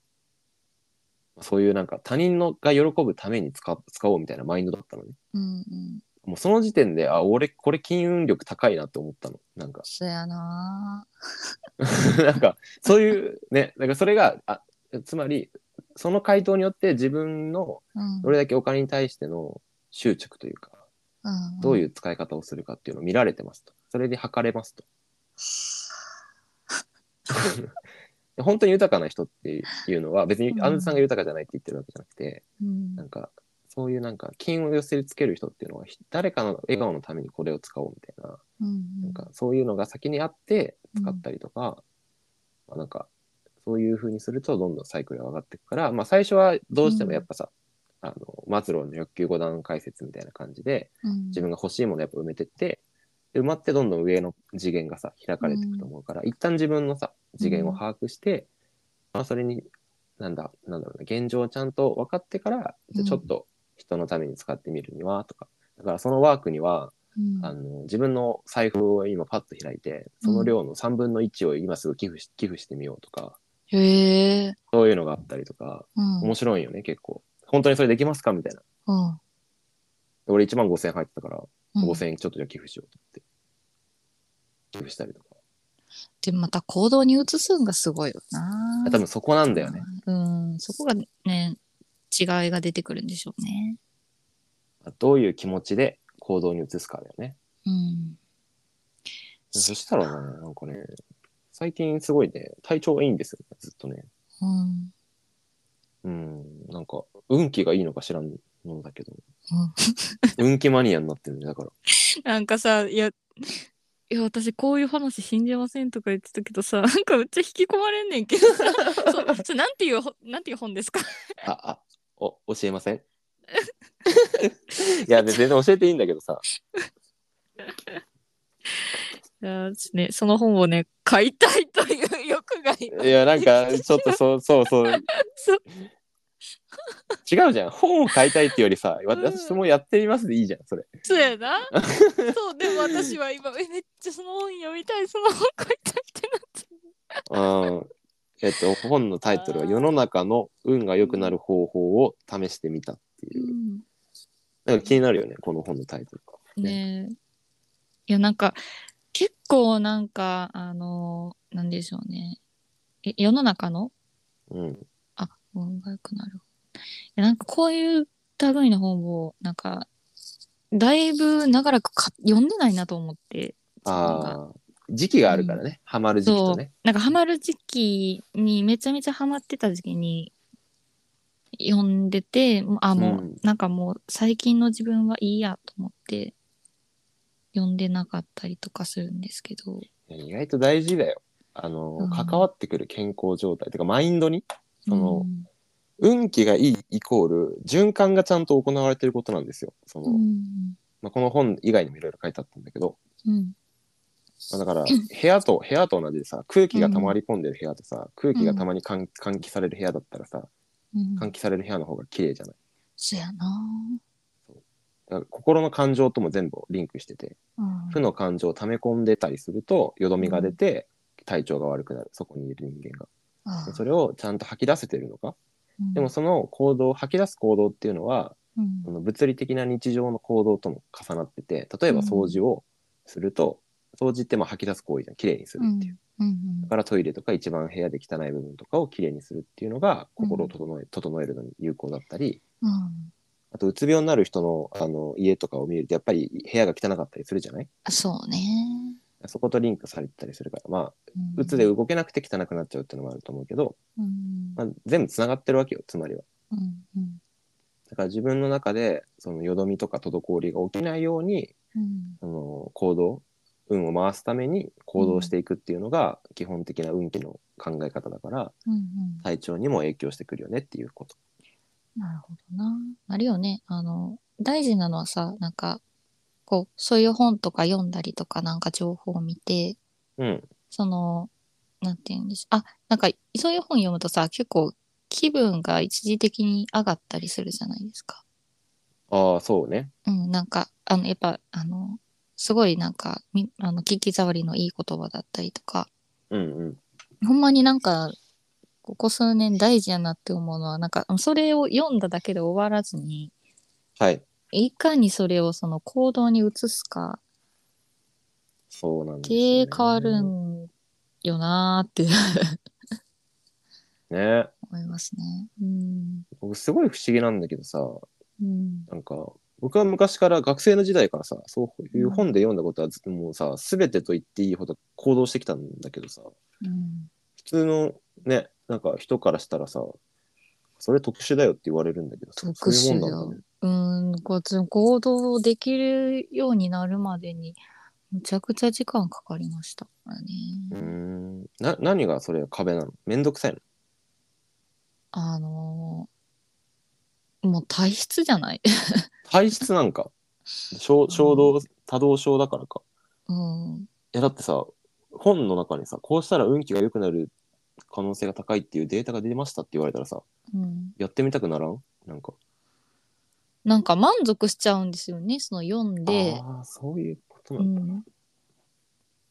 Speaker 1: そういうなんか他人のが喜ぶために使う使おうみたいなマインドだったのね。
Speaker 2: うんうん。
Speaker 1: もうその時点で、あ、俺、これ金運力高いなって思ったの。なんか、
Speaker 2: そやな。
Speaker 1: なんか、そういう、ね、なんかそれが、あ、つまり、その回答によって自分の
Speaker 2: うん
Speaker 1: どれだけお金に対しての執着というか、
Speaker 2: うん
Speaker 1: どう
Speaker 2: う
Speaker 1: いう使い方をするかっていうのを見られてますと。それで測れますと。 本当に豊かな人っていうのは別に
Speaker 2: うん
Speaker 1: アンズさんが豊かじゃないって言ってるわけじゃなくて、
Speaker 2: ん
Speaker 1: なんかそういうなんか金を寄せつける人っていうのはひ誰かの笑顔のためにこれを使おうみたいな、
Speaker 2: うん
Speaker 1: なんかそういうのが先にあって使ったりとか、まあなんかそういう風にするとどんどんサイクルが上がっていくから、まあ最初はどうしてもやっぱさ、あのマズローの欲求5段解説みたいな感じで、
Speaker 2: うん
Speaker 1: 自分が欲しいものをやっぱ埋めてってで埋まってどんどん上の次元がさ開かれていくと思うから、一旦自分のさ次元を把握して、まあ、それになんだなんだろうな現状をちゃんと分かってからじゃあちょっと人のために使ってみるにはとか、だからそのワークには
Speaker 2: うん
Speaker 1: あの自分の財布を今パッと開いてその量の3分の1を今すぐ寄付し寄付してみようとか
Speaker 2: へえ。
Speaker 1: そういうのがあったりとか
Speaker 2: うん。
Speaker 1: 面白いよね結構本当にそれできますかみたいな
Speaker 2: うん
Speaker 1: 俺1万5000入ってたから
Speaker 2: うん
Speaker 1: 5000円ちょっとじゃあ寄付しようと思って。寄付したりとか。
Speaker 2: で、また行動に移すんがすごいよな。
Speaker 1: 多分そこなんだよね。
Speaker 2: うん。そこがね、違いが出てくるんでしょうね。
Speaker 1: どういう気持ちで行動に移すかだよね。
Speaker 2: うん。
Speaker 1: そしたらね、なんかね、最近すごいね、体調がいいんですよね、ずっとね。
Speaker 2: うん。
Speaker 1: うん、なんか、運気がいいのか知らんのだけど
Speaker 2: うん。
Speaker 1: 運気マニアになってるね、だ から。
Speaker 2: なんかさ、いや、いや、私こういう話信じませんとか言ってたけどさ、なんかめっちゃ引き込まれんねんけ どさ、そそれなんていうほ、なんていう本ですか
Speaker 1: あ、あ、お、教えませ んいや、別に教えていいんだけどさ。
Speaker 2: いやね、その本をね、買いたいという欲が今
Speaker 1: いや、なんか、ちょっと そう、そうそう。
Speaker 2: そう
Speaker 1: 違うじゃん。本を買いたいってよりさ、私もやってみますでいいじゃん、それ。
Speaker 2: そうや な。そう、でも私は今、え、めっちゃその本読みたい、その本買いたいってなって。
Speaker 1: うん。えっと、本のタイトルは、
Speaker 2: あー
Speaker 1: 世の中の運が良くなる方法を試してみたっていう。なんか気になるよね、この本のタイトル。
Speaker 2: ねえ。いや、なんか、結構なんか、あの、なんでしょうね。え世の中の
Speaker 1: うん。
Speaker 2: あ、運が良くなる。いやなんかこういう類の本を、なんか、だいぶ長らくか読んでないなと思って。
Speaker 1: ああ、時期があるからね、ハマる時期とね。
Speaker 2: なんかハマる時期に、めちゃめちゃハマってた時期に、読んでて、もうあ、もう、
Speaker 1: うん
Speaker 2: なんかもう最近の自分はいいやと思って、読んでなかったりとかするんですけど。
Speaker 1: いや意外と大事だよ。あの、
Speaker 2: うん
Speaker 1: 関わってくる健康状態、てかマインドに、その
Speaker 2: うん
Speaker 1: 運気がいいイコール、循環がちゃんと行われてることなんですよ。その、
Speaker 2: うん
Speaker 1: まあ、この本以外にもいろいろ書いてあったんだけど、
Speaker 2: うん
Speaker 1: まあ、 だから、部屋と、部屋と同じでさ、空気が溜まり込んでる部屋とさ、空気がたまに換換気される部屋だったらさ、
Speaker 2: うん
Speaker 1: 換気される部屋の方が綺麗じゃない。
Speaker 2: そやな
Speaker 1: だから心の感情とも全部リンクしてて、
Speaker 2: うん
Speaker 1: 負の感情を溜め込んでたりすると、よどみが出て、体調が悪くなる、そこにいる人間が。
Speaker 2: あ
Speaker 1: それをちゃんと吐き出せてるのか
Speaker 2: うん
Speaker 1: でもその行動吐き出す行動っていうのは
Speaker 2: うん
Speaker 1: その物理的な日常の行動とも重なってて例えば掃除をすると、掃除ってまあ吐き出す行為じゃんきれいにするっていう、
Speaker 2: うん
Speaker 1: だからトイレとか一番部屋で汚い部分とかをきれいにするっていうのが心を整え,、整えるのに有効だったり
Speaker 2: うんうん
Speaker 1: あとうつ病になる人のあの家とかを見るとやっぱり部屋が汚かったりするじゃない
Speaker 2: あそうね。
Speaker 1: そことリンクされてたりするからまあ
Speaker 2: うん
Speaker 1: うつで動けなくて汚くなっちゃうっていうのもあると思うけど、
Speaker 2: うん
Speaker 1: まあ、全部つながってるわけよつまりは。
Speaker 2: うんうん
Speaker 1: だから自分の中でそのよどみとか滞りが起きないように
Speaker 2: うん
Speaker 1: その行動運を回すために行動していくっていうのが基本的な運気の考え方だから
Speaker 2: うんうん
Speaker 1: 体調にも影響してくるよねっていうこと。
Speaker 2: なるほどな。あるよね。あの、大事なのはさ、なんか、こう、そういう本とか読んだりとか、なんか情報を見て、
Speaker 1: うん、
Speaker 2: その、なんて言うんでしょう。あ、なんか、そういう本読むとさ、結構、気分が一時的に上がったりするじゃないですか。
Speaker 1: ああそうね。
Speaker 2: うん、なんか、あの、やっぱ、あの、すごいなんか、みあの聞き障りのいい言葉だったりとか、
Speaker 1: うんうん。
Speaker 2: ほんまになんか、ここ数年大事やなって思うのは、なんか、それを読んだだけで終わらずに、
Speaker 1: はい。
Speaker 2: いかにそれをその行動に移すか、
Speaker 1: そうなんです
Speaker 2: 経
Speaker 1: よ
Speaker 2: 営変わるんよなーって
Speaker 1: ね。
Speaker 2: 思いますね。うん。
Speaker 1: 僕すごい不思議なんだけどさ
Speaker 2: うん。
Speaker 1: なんか僕は昔から学生の時代からさそういう本で読んだことはずっともうさ全てと言っていいほど行動してきたんだけどさ
Speaker 2: うん。
Speaker 1: 普通のねなんか人からしたらさそれ特殊だよって言われるんだけどさ
Speaker 2: 特
Speaker 1: そうい
Speaker 2: 殊
Speaker 1: うもん
Speaker 2: だ
Speaker 1: なんだね。
Speaker 2: うん、こう行動できるようになるまでに、むちゃくちゃ時間かかりましたからね。
Speaker 1: うーんな何がそれ壁なのめんどくさいの
Speaker 2: あのーもう体質じゃない。
Speaker 1: 体質なんか衝衝動多動症だからか
Speaker 2: うん。
Speaker 1: えだってさ本の中にさこうしたら運気が良くなる可能性が高いっていうデータが出ましたって言われたらさ
Speaker 2: うん、
Speaker 1: やってみたくならんなんか
Speaker 2: なんか満足しちゃうんですよね、その読んで。
Speaker 1: ああそういうことな
Speaker 2: うん
Speaker 1: だ、
Speaker 2: ん、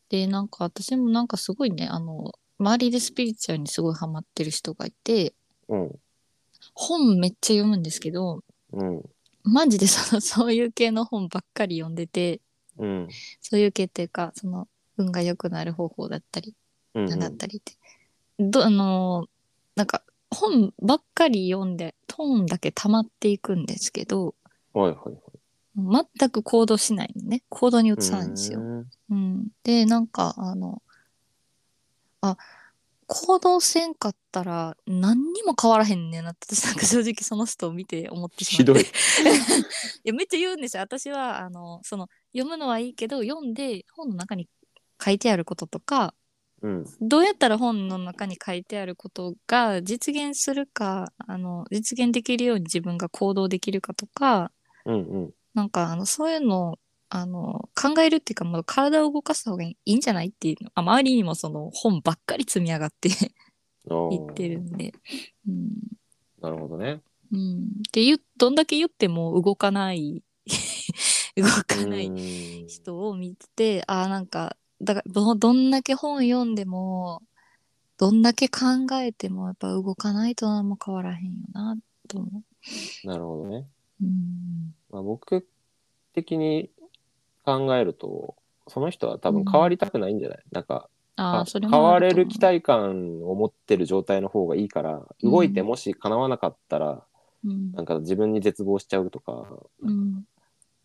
Speaker 2: で、なんか私もなんかすごいね、あの、周りでスピリチュアルにすごいハマってる人がいて、
Speaker 1: うん
Speaker 2: 本めっちゃ読むんですけど、
Speaker 1: うん
Speaker 2: マジでその、 そういう系の本ばっかり読んでて、
Speaker 1: うん
Speaker 2: そういう系っていうか、その、運が良くなる方法だったり、
Speaker 1: うん
Speaker 2: なんだったりって。どあのなんか本ばっかり読んでトーンだけ溜まっていくんですけど
Speaker 1: はいはいはい
Speaker 2: 全く行動しないのね行動に 移さないんですよ。
Speaker 1: うーん
Speaker 2: うん、でなんかあのあ行動せんかったら何にも変わらへんねんなって私なんか正直その人を見て思ってしま
Speaker 1: ひ
Speaker 2: って
Speaker 1: どい。
Speaker 2: いやめっちゃ言うんですよ私はあのその読むのはいいけど読んで本の中に書いてあることとか
Speaker 1: うん。
Speaker 2: どうやったら本の中に書いてあることが実現するかあの実現できるように自分が行動できるかとか
Speaker 1: うんうん。
Speaker 2: なんかあのそういうのをあの考えるっていうかもう体を動かした方がいいんじゃないっていうのあ周りにもその本ばっかり積み上がって
Speaker 1: お
Speaker 2: 言ってるんで、うん
Speaker 1: なるほどね。
Speaker 2: うん、で言うどんだけ言っても動かない 動かないう
Speaker 1: ーん。
Speaker 2: 人を見ててあーなんかだからどどんだけ本読んでもどんだけ考えてもやっぱ動かないと何も変わらへんよなと思
Speaker 1: なるほどね。
Speaker 2: う。うん
Speaker 1: まあ、僕的に考えると、その人は多分変わりたくないんじゃない、なんか
Speaker 2: あ
Speaker 1: か
Speaker 2: ーそれ
Speaker 1: 変
Speaker 2: もあ
Speaker 1: わ
Speaker 2: る
Speaker 1: れ
Speaker 2: と思う
Speaker 1: る期待感を持ってる状態の方がいいから、動いてもし叶わなかったら、
Speaker 2: うん
Speaker 1: なんか自分に絶望しちゃうとか、
Speaker 2: うん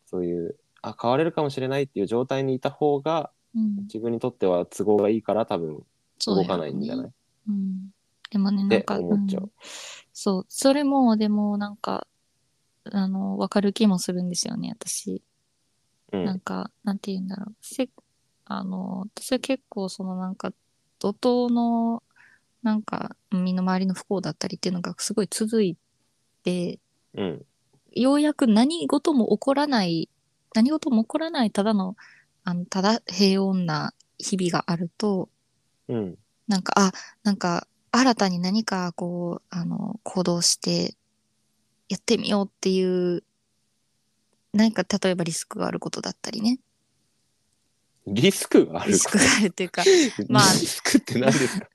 Speaker 1: そういう、あ、変われるかもしれないっていう状態にいた方が、
Speaker 2: うん
Speaker 1: 自分にとっては都合がいいから多分
Speaker 2: そう
Speaker 1: 動
Speaker 2: だよ
Speaker 1: か
Speaker 2: ね
Speaker 1: ないんじゃない、
Speaker 2: うん、でもね
Speaker 1: っ
Speaker 2: なん
Speaker 1: て
Speaker 2: か
Speaker 1: 思っちゃうん
Speaker 2: そうそれもでもなんかあの分かる気もするんですよね私。
Speaker 1: うん。
Speaker 2: なんか、なんて言うんだろう。せあの、私は結構、そのなんか、怒涛の、なんか、身の回りの不幸だったりっていうのがすごい続いて、
Speaker 1: うん。
Speaker 2: ようやく何事も起こらない、何事も起こらない、ただの、あの、ただ平穏な日々があると、
Speaker 1: うん。
Speaker 2: なんか、あ、なんか、新たに何か、こう、あの、行動して、やってみようっていう、何か、例えばリスクがあることだったりね。
Speaker 1: リスクがある
Speaker 2: リスクがあるっていうか、
Speaker 1: ま
Speaker 2: まあ
Speaker 1: あ、リスクって何 ですか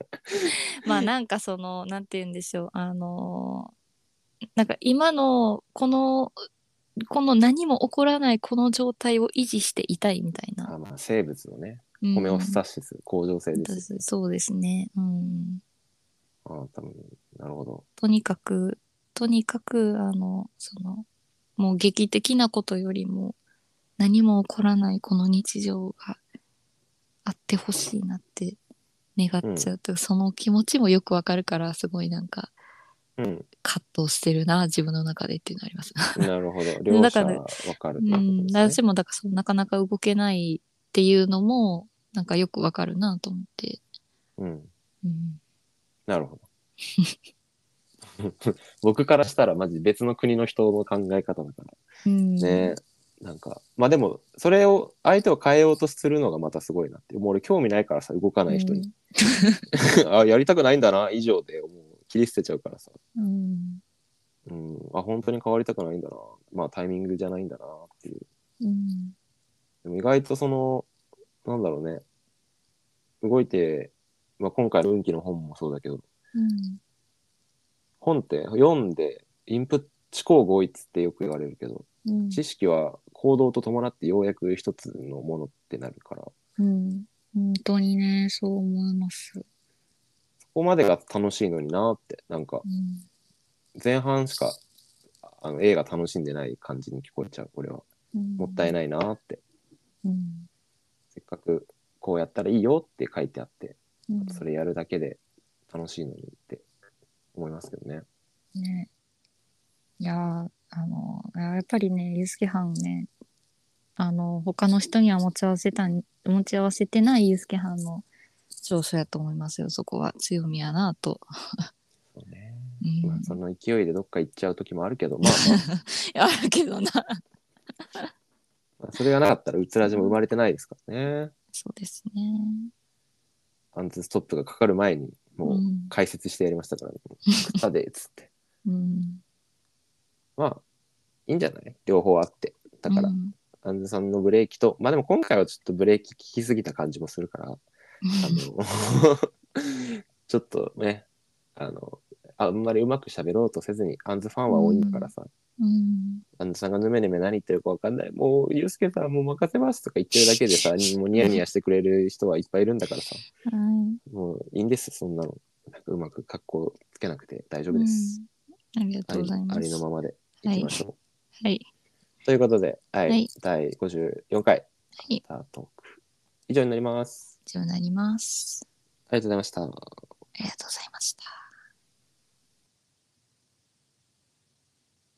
Speaker 2: まあなんかそのなんて言うんでしょうあのーなんか今のこのこの何も起こらないこの状態を維持していたいみたいな。
Speaker 1: あまあ生物のね、
Speaker 2: うん
Speaker 1: ホメオスタシス、恒常性です。
Speaker 2: そうそうですね。うん、
Speaker 1: ああ、多分、なるほど。
Speaker 2: とにかくとにかくあのそのもう劇的なことよりも何も起こらないこの日常があってほしいなって願っちゃうと、その気持ちもよくわかるからすごいなんか
Speaker 1: うん、
Speaker 2: 葛藤してるな自分の中でっていうのあります。
Speaker 1: なるほど。両
Speaker 2: だ
Speaker 1: 者
Speaker 2: から
Speaker 1: わかるって
Speaker 2: う
Speaker 1: こ
Speaker 2: ん、
Speaker 1: とです
Speaker 2: 私もだからそのなかなか動けないっていうのもなんかよくわかるなと思って、
Speaker 1: ね。うん、
Speaker 2: うん、
Speaker 1: なるほど。 僕からしたらマジ別の国の人の考え方だから
Speaker 2: うん
Speaker 1: ね、なんかまあでもそれを相手を変えようとするのがまたすごいなってもう俺興味ないからさ動かない人に、 あやりたくないんだな以上でもう切り捨てちゃうからさ、
Speaker 2: うん
Speaker 1: うん、あ本当に変わりたくないんだなまあタイミングじゃないんだなっていう
Speaker 2: うん
Speaker 1: でも意外とそのなんだろうね動いて、まあ、今回の運気の本もそうだけど
Speaker 2: うん
Speaker 1: 本って読んでインプット思考合一ってよく言われるけど
Speaker 2: うん
Speaker 1: 知識は行動と伴ってようやく一つのものってなるから
Speaker 2: うん本当にねそう思います、
Speaker 1: そこまでが楽しいのになってなんか
Speaker 2: うん、
Speaker 1: 前半しかあの映画楽しんでない感じに聞こえちゃう俺はもったい
Speaker 2: い、
Speaker 1: ないなって
Speaker 2: うん
Speaker 1: せっかくこうやったらいいよって書いてあって
Speaker 2: うん、
Speaker 1: それやるだけで楽しいのにって思いますけどね
Speaker 2: ねいやーあのやっぱりねユスケはんねあの他の人には持ち合わせたん持ち合わせてないユスケはんの長所やと思いますよそこは強みやなと、
Speaker 1: そうね、
Speaker 2: うん
Speaker 1: まあ、その勢いでどっか行っちゃう時もあるけどまあ、まあ、
Speaker 2: あるけどな。
Speaker 1: まあそれがなかったらうつらじも生まれてないですからね
Speaker 2: そうですね。
Speaker 1: アンツストップがかかる前にもう
Speaker 2: うん
Speaker 1: 解説してやりましたからね「さで」っつって
Speaker 2: うん。
Speaker 1: まあいいんじゃない両方あってだから
Speaker 2: うん
Speaker 1: アンズさんのブレーキと、まあでも今回はちょっとブレーキ効きすぎた感じもするから、あの、 ちょっとね、あの、あんまりうまく喋ろうとせずに、アンズファンは多いんだからさ、
Speaker 2: うん。
Speaker 1: アンズさんがヌメヌメ何言ってるかわかんない、もう、ユうスケさんもう任せますとか言ってるだけ でさ、もうニヤニヤしてくれる人はいっぱいいるんだからさ、
Speaker 2: はい。
Speaker 1: もういいんです、そんなの。なんかうまく格好つけなくて大丈夫です。
Speaker 2: うん。ありが
Speaker 1: あ
Speaker 2: とうご
Speaker 1: り
Speaker 2: ざいま
Speaker 1: あり
Speaker 2: す。
Speaker 1: の
Speaker 2: は
Speaker 1: ままでいきましょう。
Speaker 2: い。
Speaker 1: ということで、はい、
Speaker 2: はい
Speaker 1: 第54回、
Speaker 2: い
Speaker 1: アフタートーク、以上になります。
Speaker 2: 以上になります。
Speaker 1: ありがとうございました。
Speaker 2: ありがとうございました。